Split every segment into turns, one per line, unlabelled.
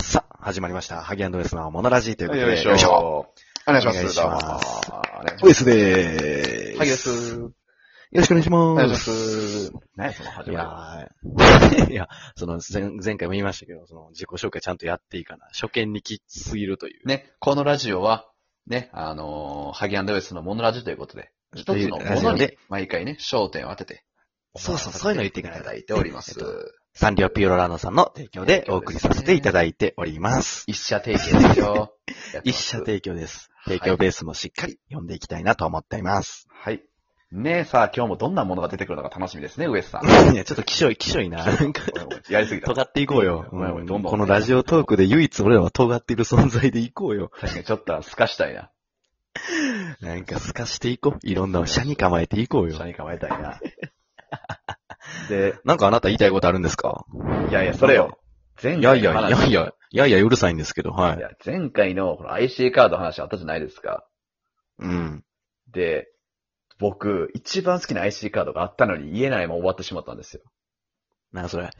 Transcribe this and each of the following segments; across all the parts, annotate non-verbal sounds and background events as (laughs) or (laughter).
さあ、始まりました。ハギアンドウェスのモノラジーということで。
よいしょ。
よいしょ
お願いします。
お願いします
どうもお願いし
ウェスでーす。
ます。ハギです。お
よろしくお願いし
願いし
ま。
ますす。何やその始
い
まり
やー (laughs) いや、その前、前回も言いましたけど、その自己紹介ちゃんとやっていいかな。初見にきつすぎるという。
ね、このラジオは、ね、あのーハギアンドウェスのモノラジということで、一つのも
ラジオ
のに
で、
毎回ね、焦点を当てて、
そうそう、そういうの言っていかない
い
と
ただ。いております。
えっサンリオピューロラーノさんの提供でお送りさせていただいております。
一社提携ですよ。や
(laughs)
ってま
一
す
社提供です。
い
提供ベースもしっかり読んでいきたいなと思っています。
はい。ねさあ今日もどんなものが出てくるのか楽しみですね、ウエ
(laughs)
スさん。
いや、ちょっときしょい、きしょいな。なんか、
ごめんごめんやりすぎた。
尖っていこうよ。
ごめんごめんどんどん
このラジオトークで唯一俺らは尖っている存在でいこうよ。
確かにちょっと透かしたいな。
なんか透かしていこう。いろんな社に構えていこ (laughs) う
一緒
よ。
に構えたい
(laughs)
な。で、
なんかあなた言いたいことあるんですか
いやいや、それよ。前
いやいや、
の話
いやいや、いやいやうるさいんですけど、はいい。
や、前回のこの IC カードの話あったじゃないですか。
うん。
で、僕、一番好きな IC カードがあったのに言えないまま終わってしまったんですよ。
な (laughs) にそれ。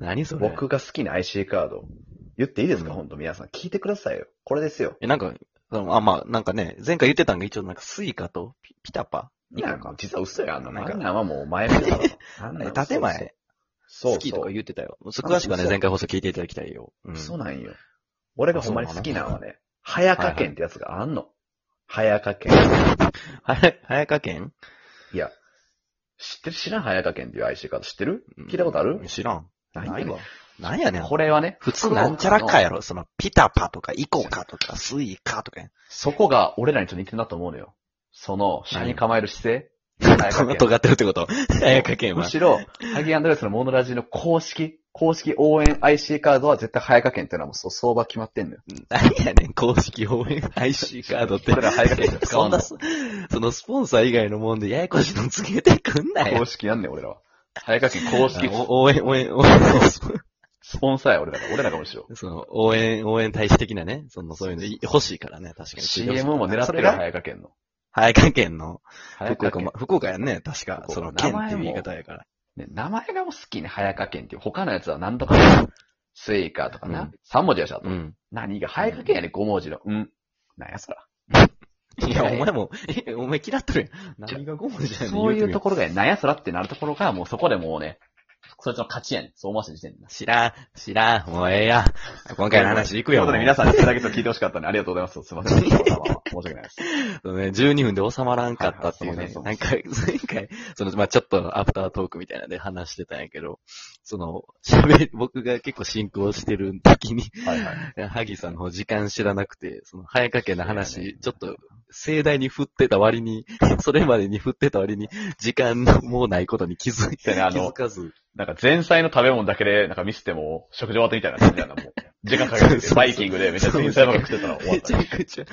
何それ。
僕が好きな IC カード。言っていいですか、ほん、本当皆さん。聞いてくださいよ。これですよ。
え、なんか、そのあ、まあ、なんかね、前回言ってたんが一応なんかスイカとピピタパ
いや、実は嘘やんの。
なん
なん
か
なんはもう前目だから。あんなん
(laughs)
嘘
建前。
そうそう。
好きとか言ってたよ。詳しくはね、
嘘
前回放送聞いていただきたいよ。うん
そうなんよ。俺がほんまに好きなのはね、早掛けんってやつがあんの。早掛けん。
はや、早川県
いや、知ってる知らん早掛けんっていう IC カード知ってる聞いたことある
うん知らん。
ないわ。
なんやねん。
これはね、
普通なんちゃらかやろ。その、ピタパとか、イコカとか、スイカとかやん。
そこが俺らにちょっと似てるなと思うのよ。その、下に構える姿勢。早
そん
川
な
県
尖ってるってこと早川県
む
は。
しろ、ハギアンドレスのモノラジの公式、公式応援 IC カードは絶対早川県っていうのはもうそう相場決まってんのよ。
何やねん、公式応援 IC カードって。
俺ら早川県使
そ
わ
ん
んの
な、。そのスポンサー以外のもんでややこしいのつけてくんな
公
よ。
式なんねん、俺らは。早川県公式
あお応援、応援、応援、
スポンサーや、俺らが。俺らがむしろ。
その、応援、応援大使的なね、その、そういうのい欲しいからね、確かに。
CM も狙って
そ
る
れ
よ
が
早川県の。
早川県の、
早
福
川
岡
県
も、。福岡やんね、確か。
福岡
その、
名前
県
も
っていう言い方やから。
ね、名前がもう好きね、早川県っていう。他のやつは何とか、スイカとか
う
な。
ん
三文字やし、あと
う。ん。
何が早掛けんやねん、5文字の。うん。なんやそら。
い
い
や、
やい
お前
や
も、え、お前嫌っとるやん。何が5文字やねん。
(laughs) そういうと
こ。
ころが、なんやそらってなるところが、もうそこでもうね、そいつの勝ちやねん。そう思わせて時点でな。
知らん、知らん、もうええや。今回の話行く
という
よ。
ことで皆
さ
さん、それだけちょっと聞いてほしかったんで、ありがとうございます。すい (laughs) ません。申し訳ないです。
ん。ね、12分で収まらんかったっていう
はい
ね
はいそ。うそ
な
うん
か、 (laughs) 前回、その、まあちょっとアフタートークみたいなんで話してたんやけど、その、喋り、僕が結構進行してる時に、 (laughs)
はいはい。
萩さんの方時間知らなくて、その、早掛けの
そうやね
話、ちょっと、盛大に振ってた割に、 (laughs) それまでに振ってた割に、時間のもうないことに気づい
そう
て、気
やねあの
づかず。
なんか前菜の食べ物だけで、なんかミスっても、食事終わってみたいな感じやな、もう。時間かけてて、バイキングでめっちゃ前菜ばっか食ってたら終わっ
めち
た。
ゃくちゃ、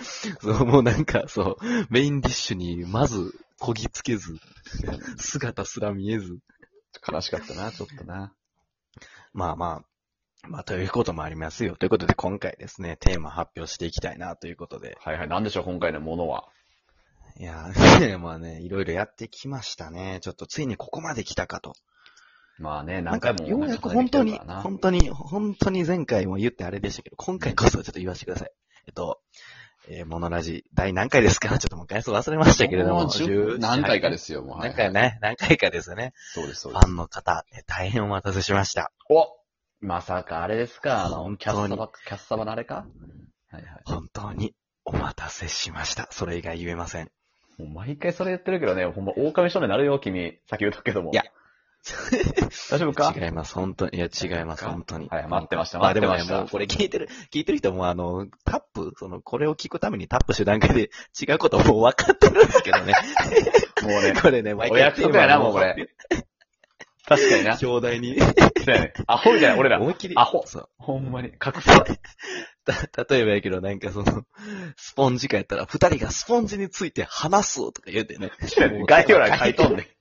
そう、もうなんか、そう、メインディッシュに、まず、こぎつけず、姿すら見えず。
悲しかったな、ちょっとな。
まあまあ、まあ、ということもありますよ。ということで、今回ですね、テーマ発表していきたいな、ということで。
はいはい。なんでしょう、今回のものは。
いや (laughs) ー、まあね、いろいろやってきましたね。ちょっと、ついにここまで来たかと。
まあね、
な
何
んか
回、も。
ようやく本当に、
は
本当に、本当に前回も言ってあれでしたけど、今回こそちょっと言わせてください。えっと、えー、モノラジ、第何回ですか (laughs) ちょっともう回数忘れましたけれども、
10
10
何回かですよ、もう。はい
何回ね、何回かですよね。
そうです、そ
フ
うです
ァ。ンの方、え大変お待たせしました。
おまさかあれですかあの、
本
キャ
当
ッ
に
サバ、キャッサバのあれかはいはい。
本当にお待たせしました。それ以外言えません。
もう毎回それ言ってるけどね、ほんま、狼少年になるよ、君。さっき言ったけども。
いや
大丈夫か
違います、本当に。いや、違います、
か
本当に。
はい待ってました
あでもね
待ってました
もうこれ聞いてる、聞いてる人もあの、タップ、その、これを聞くためにタップしてる段階で違うこともう分かってるんですけど
(laughs)
ね。
もうね、
これね、毎回。
お約束やなもうこれ。確かにな。そ
兄弟に。
うやね。アホみたいな、俺ら。
思いっきり。
アホ
そう。
ほんまに。隠さ。
た、 (laughs) 例えばやけど、なんかその、スポンジかやったら、二人がスポンジについて話すとか言うてね。
(laughs) 概要欄書いとんね
(laughs)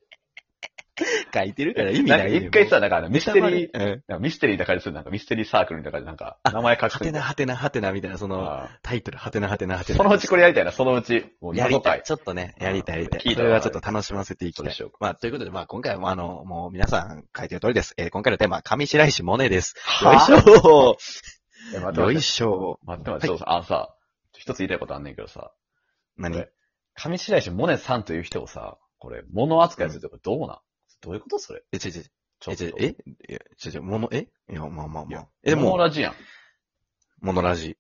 書いてるから意
ん。
味
な
なんい
か
ねん。
一回さ、だからミステリ
ー。
ー、
うん。
なんかミステリーだからする、なんかミステリーサークルみたいな感じで、なんか、名前書
は
く
てなはてなはてなみたいな、その、
あ
タイトル、はてなはてなは
ー
てな。
そのうちこれやりたいな、そのうち。もう
や
謎
りた
解
い。。ちょっとね、やりたい、やりた
聞い
い。
た
それはちょっと楽しませていき
そう
た
で
い
しょうか。
まあ、ということで、まあ、今回もあの、もう皆さん書いてる通りです。えー今回のテーマは、上白石萌音です。よいしょ
え、待って
よ
待っ
い
て。
しょ。
待って待って、そうさ、あのさ、一つ言いたいことあんねんけどさ、
何
え上白石萌音さんという人をさ、これ、物扱いするってこれどうなんどういうことそれ
え、ちょいちょい、
ちょ
え、
っと
ちょい、えいやちょいちょい、もの、えいや、まあまあ
い
ま
や
あ。え、で
モノ
も、
ラジやん。
モノラジ。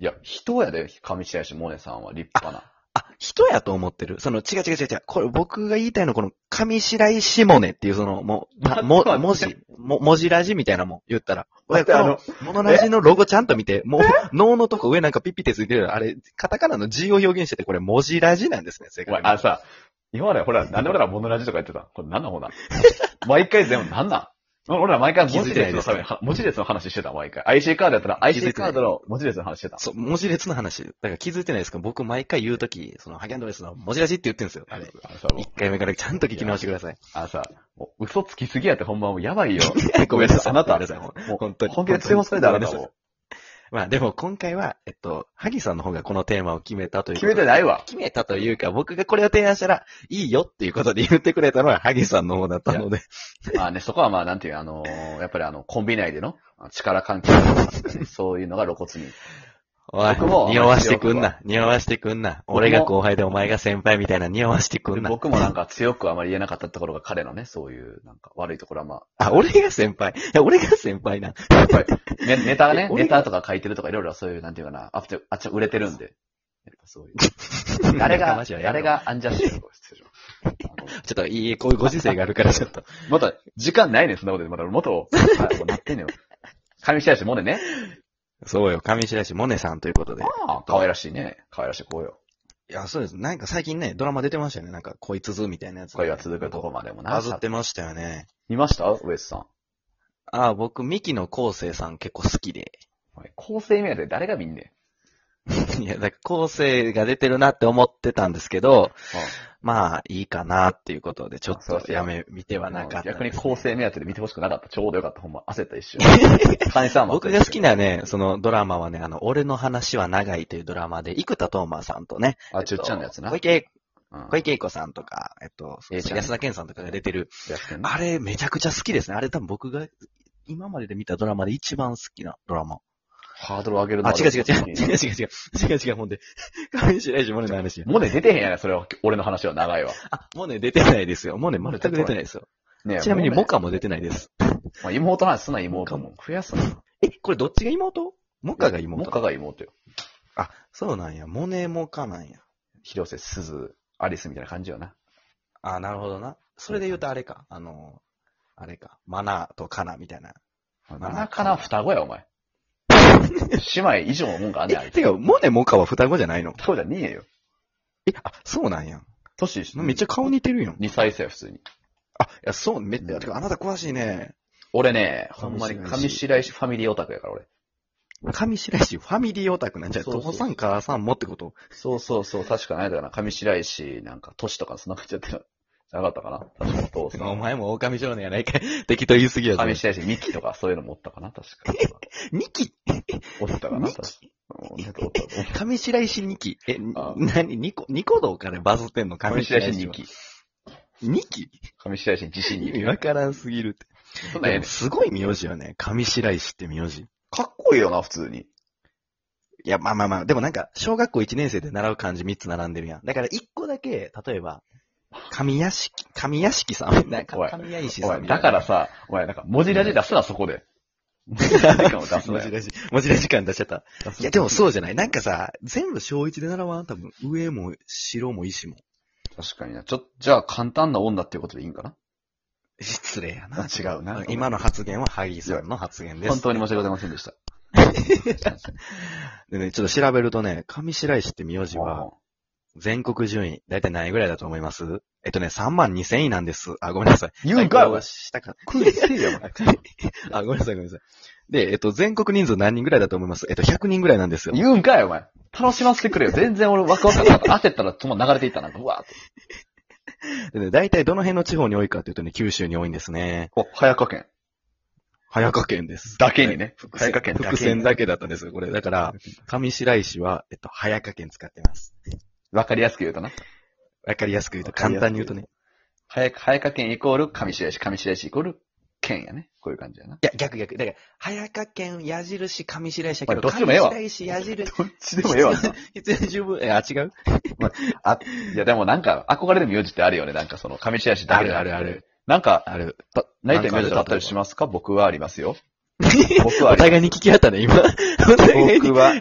いや、人やで、上白石萌音さんは立派な。
あ、人やと思ってる。その、違う違う違う違う。これ僕が言いたいのはこの、上白石萌音っていうその、もう、たも、
(laughs) 待って
文
待っ
字、も、文字ラジみたいなもん、言ったら。
だって
こ
あ
の
の、
モノラジのロゴちゃんと見て、もう、脳のとこ上なんかピッピってついてる。あれ、カタカナの G を表現してて、これ文字ラジなんですね、正
お前
解、。
あのさ、今までほら、なんで俺らモノラジとか言ってたこれなんなんほな。毎回全部なんなん俺ら毎回文字列のために、文字列の話してた、毎回。IC カードやったら
気づいてない
IC カードの文字列の話してた。
そう、文字列の話。だから気づいてないですか僕毎回言うとき、その、ハギャンドレスの文字ラジって言ってるんですよ。あれ。
あのさ、もう
一回目からちゃんと聞き直してください。
あのさ、もう嘘つきすぎやってほんまもうやばいよ。
(laughs) ごめんなさい。
あなた、
ごめんなさい。
もう
本当に。
本気で追放されたあな
本
た
当に
も。
まあでも今回は、えっと、萩さんの方がこのテーマを決めたという。
決めてないいわ。
決めたというか、僕がこれを提案したら、いいよっていうことで言ってくれたのは萩さんの方だったので。
まあ
(laughs)
ね、そこはまあ、なんていう、あのーやっぱりあの、コンビ内でのあの力関係とかねそういうのが露骨に。
おい
僕も
匂わしてくんな。匂わしてくんな。
僕も
俺が後輩でお前が先輩みたいな匂わしてくんな。
僕もなんか強くあまり言えなかったところが彼のね、そういうなんか悪いところはまあ、
あ、俺が先輩。いや、俺が先輩な。
やっぱり、ね、ネタが
え
ね、
俺
ネタとか書いてるとかいろいろそういう、なんていうかな、あっち、あっち売れてるんで。やっぱそ
(laughs)
ういう。誰
仲
が、
間じゃやめ
誰
ろ。
がアンジャッシュ失礼しまし
ちょっといい、こういうご時世があるからちょっと。
たまた、時間ないねん、そんなことで。また、元を、はいもうなってんのよ。上白石萌音ね。
そうよ、上白石萌音さんということで。
ああ、可愛らしいね。可愛らしい子よ。
いや、そうです。なんか最近ね、ドラマ出てましたよね。なんか、こいつずみたいなやつ。
恋は続くとこまでもな。
バズってましたよね。
見ましたウエスさ
ああ、僕、ミキの昴生さん結構好きで。 (laughs)
ん。構成目当て誰が見んね
いや、だから昴生が出てるなって思ってたんですけど、
ん。うん
まあ、いいかなっていうことで、ちょっ
そう
と
ですよ
やめ、見てはなかった、
逆に構。成目当てで見てほしくなかった。ちょうどよかった。ほんま、焦った一
(laughs)
瞬。カニさんも
僕が好きなね、そのドラマはね、あの、俺の話は長いというドラマで、生田斗真さんとね、
あ、ちゅっちゃんのやつな。
小池、
うん
小池栄子さんとか、えっと、
ええちゃん
安田健さんとかが出てる、
やってんな
あれめちゃくちゃ好きですね。あれ多分僕が今までで見たドラマで一番好きなドラマ。
ハードル上げるの
あ、
は
違う違う違う。違う違う違う。違う違う。ほんで、 (laughs) 上白石萌音の話や。
もうね、出てへんやな、それは。俺の話
(laughs)
は長いわ。
あ、萌音出てないですよ。萌音全く出てないですよ。
ねえ
ちなみに
もうね
モカも出てないです。
まあ、妹の話すな、妹も。増やすな。
え、これどっちが妹モカが妹
モカが妹よ。
あ、そうなんや。モネモカなんや。
広瀬すず、アリスみたいな感じよな。
あ、なるほどな。それで言うとあれか。あの、あれか。マナーとカナみたいな。
なかなかな双子や、お前。姉妹以上のもんがあんねん、あ
え、
い
て
つ。
か、モネモカは双子じゃないの
そうじゃねえよ。
え、あ、そうなんや。
歳
めっちゃ顔似てるやん。
2歳生、普通に。
あ、いや、そう、めっちゃ、てかあなた詳しいね。
俺ね、ほんまに上白石ファミリーオタクやから、俺。
上白石ファミリーオタクなんじゃ、
そうそう
父さん母さんもってこと
そうそうそう、確かないだろな。上白石、なんか、歳とか、そんな感じだったら、なかったかな。確か、父さん。
お前も狼少年やないかい。 (laughs) 適当言いすぎやぞ。
上白石、ミキとか、そういうの持ったかな、確か。
二期
おったかな、確か。うんなんかおったと思う
上白石二期。え、
あ
なに、ニコ、ニコ動からバズってんの
上白石に行
は。
き、
二期
上白石に自信
意
に
味
行
わからんすぎるって。
き。そんなん
で
や
も
ね
すごい名字よね。上白石って名字。
かっこいいよな、普通に。
いや、まあまあまあ、でもなんか、小学校1年生で習う漢字3つ並んでるやん。だから1個だけ、例えば、神屋敷、神屋敷さん、なんか
おい
神屋石
お
さん
い、
みたい
だ
な
から、さ、おい、なんか、文字ラジ出すな、そこで。文字ラジ感
(laughs)
を出す
文
な
字
よ。
ラジ、文字ラジ感出しちゃった。
出す
い
な
や、でもそうじゃない。なんかさ、全部小1で習わん多分、上も白も石も。
確かにな。ちょ、じゃあ、簡単な女っていうことでいいんかな
失礼やな。
違うな。
今の発言は萩さんの発言です。
本当に申し訳ございませんで (laughs) した。
でね、ちょっと調べるとね、上白石って名字は、全国順位、だいたい何位ぐらいだと思いますえっとね、3万2千位なんです。あ、ごめんなさい。
言うんかい
最高はしたか
クイズせえよ、お前。
あ、ごめんなさい、ごめんなさい。で、えっと、全国人数何人ぐらいだと思いますえっと、100人ぐらいなんですよ。
言うんかい、お前。楽しませてくれよ。全然俺ワクワクなかった。焦ったら、そのまま流れていったなんか、うわーって。
でね、大体どの辺の地方に多いかっていうとね、九州に多いんですね。
お、早川県。
早川県です。
だけにね。
早川
早川
県
県
伏線だけだったんですよ、これ。だから、上白石は、えっと、早川県使ってます。
わかりやすく言うとな。
わかりやすく言うと、簡単に言うとね。
早川、早川県イコール上白石、上白石イコール剣やね。こういう感じやな。
や、逆逆。だから、早川県矢印、上白石やけど、
まあどっちもええわ
上白石矢印、
どっちでもえ
(laughs)
えわな。
必要十分、え、あ、違う
あ、いやでもなんか、憧れる名字ってあるよね。なんかその、上白石だけじゃなくて
あるあるある。
なんか、
ある。
た泣いてる名字だったりしますか僕はありま
(laughs)
すよ。僕はあ
お
りま
互いに聞き合ったね、 (laughs) 今。お互い
す。
に
僕。は、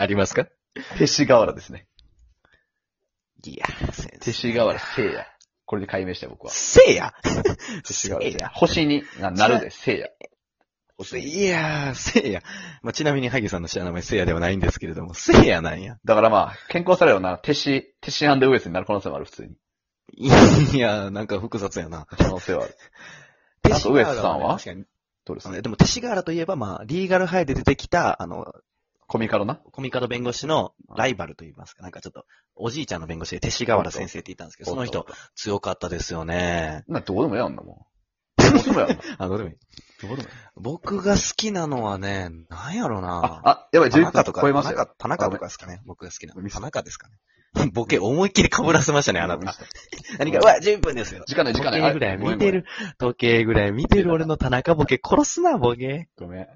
ありますか
勅使河原ですね。
いや、先
勅
生。
使河原聖夜。これで解明して僕は。
せいや
勅使
せ
河原
い
聖夜
や。
星にななるで聖夜。星に
いやー、せいや。まあ、ちなみに、萩さんの知らない名前、せいやではないんですけれども、せいやなんや。
だからまあ、健康されるな、手師、手師ウエスになる可能性もある、普通に。
(laughs) いやー、なんか複雑やな。
可能性はある。あとウエスさんは
確かに
どうです
あ
か
のでも、勅使河原といえば、まあ、リーガルハイで出てきた、あの、
コミカルな
コミカド弁護士のライバルといいますか、なんかちょっと、おじいちゃんの弁護士で勅使河原先生って言ったんですけど、その人、。強かったですよね。
な、どうでもやんな、も
(laughs)
う。どうでもやんな。
あ、どうでもいい。
どうでもやん
僕が好きなのはね、なんやろな
あ、あ、やばい、
田
11
中
分
とか、
超え
田
ました
中
よ。
田中とかですかね。僕が好きな
ごめん。
田中ですかね。 (laughs) ボケ思いっきり被らせましたね、あな
ごめん
た。
さい
何か、うわ、10分ですよ。
時間ない、時間ない。
時計ぐらい
あごめ
見
ん
てる。時計ぐらい見てる俺の田中ボケ殺すな、ボケ。
ごめん。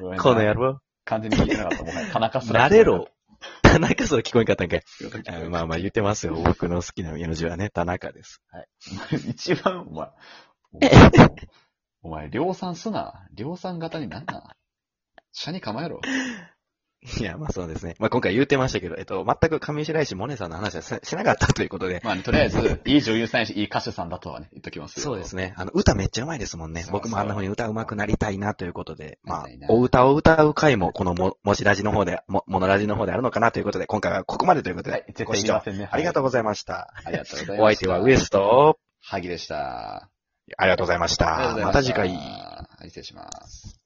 ごめん。
この野。郎。
完全に聞いてなかった、もはや。田中すら。
なれ
(laughs)
ろ。。 (laughs) 田中それ聞こえんかったんかい。あのま
まあ
あまあ言ってますよ。僕の好きな名字はね、田中です。 (laughs)
一番、お前、お前、量産すな。量産型になんな。社に構えろ。
いや、まあそうですね。まあ今回言ってましたけど、えっと、全く上白石萌音さんの話はせしなかったということで。
まあね、とりあえず、いい女優さんやし、いい歌手さんだとはね、言っときますよ
そうですね。あの、歌めっちゃうまいですもんね
そ。う
僕もあんな風に歌うまくなりたいなということで、まあ
なりたいな、
お歌を歌う回も、このも、もしラジの方で、も、ものラジの方であるのかなということで、今回はここまでということ
はい
で、、
絶
ご
対
視
いりま
聴
せんね。
ありがとうご
い
ざいました。
ます。ありがとうござい
お
ます。
相手はウエスト、
萩でした。
ありがとうございました。
ありがとうござい
また次回。
はい、失礼します。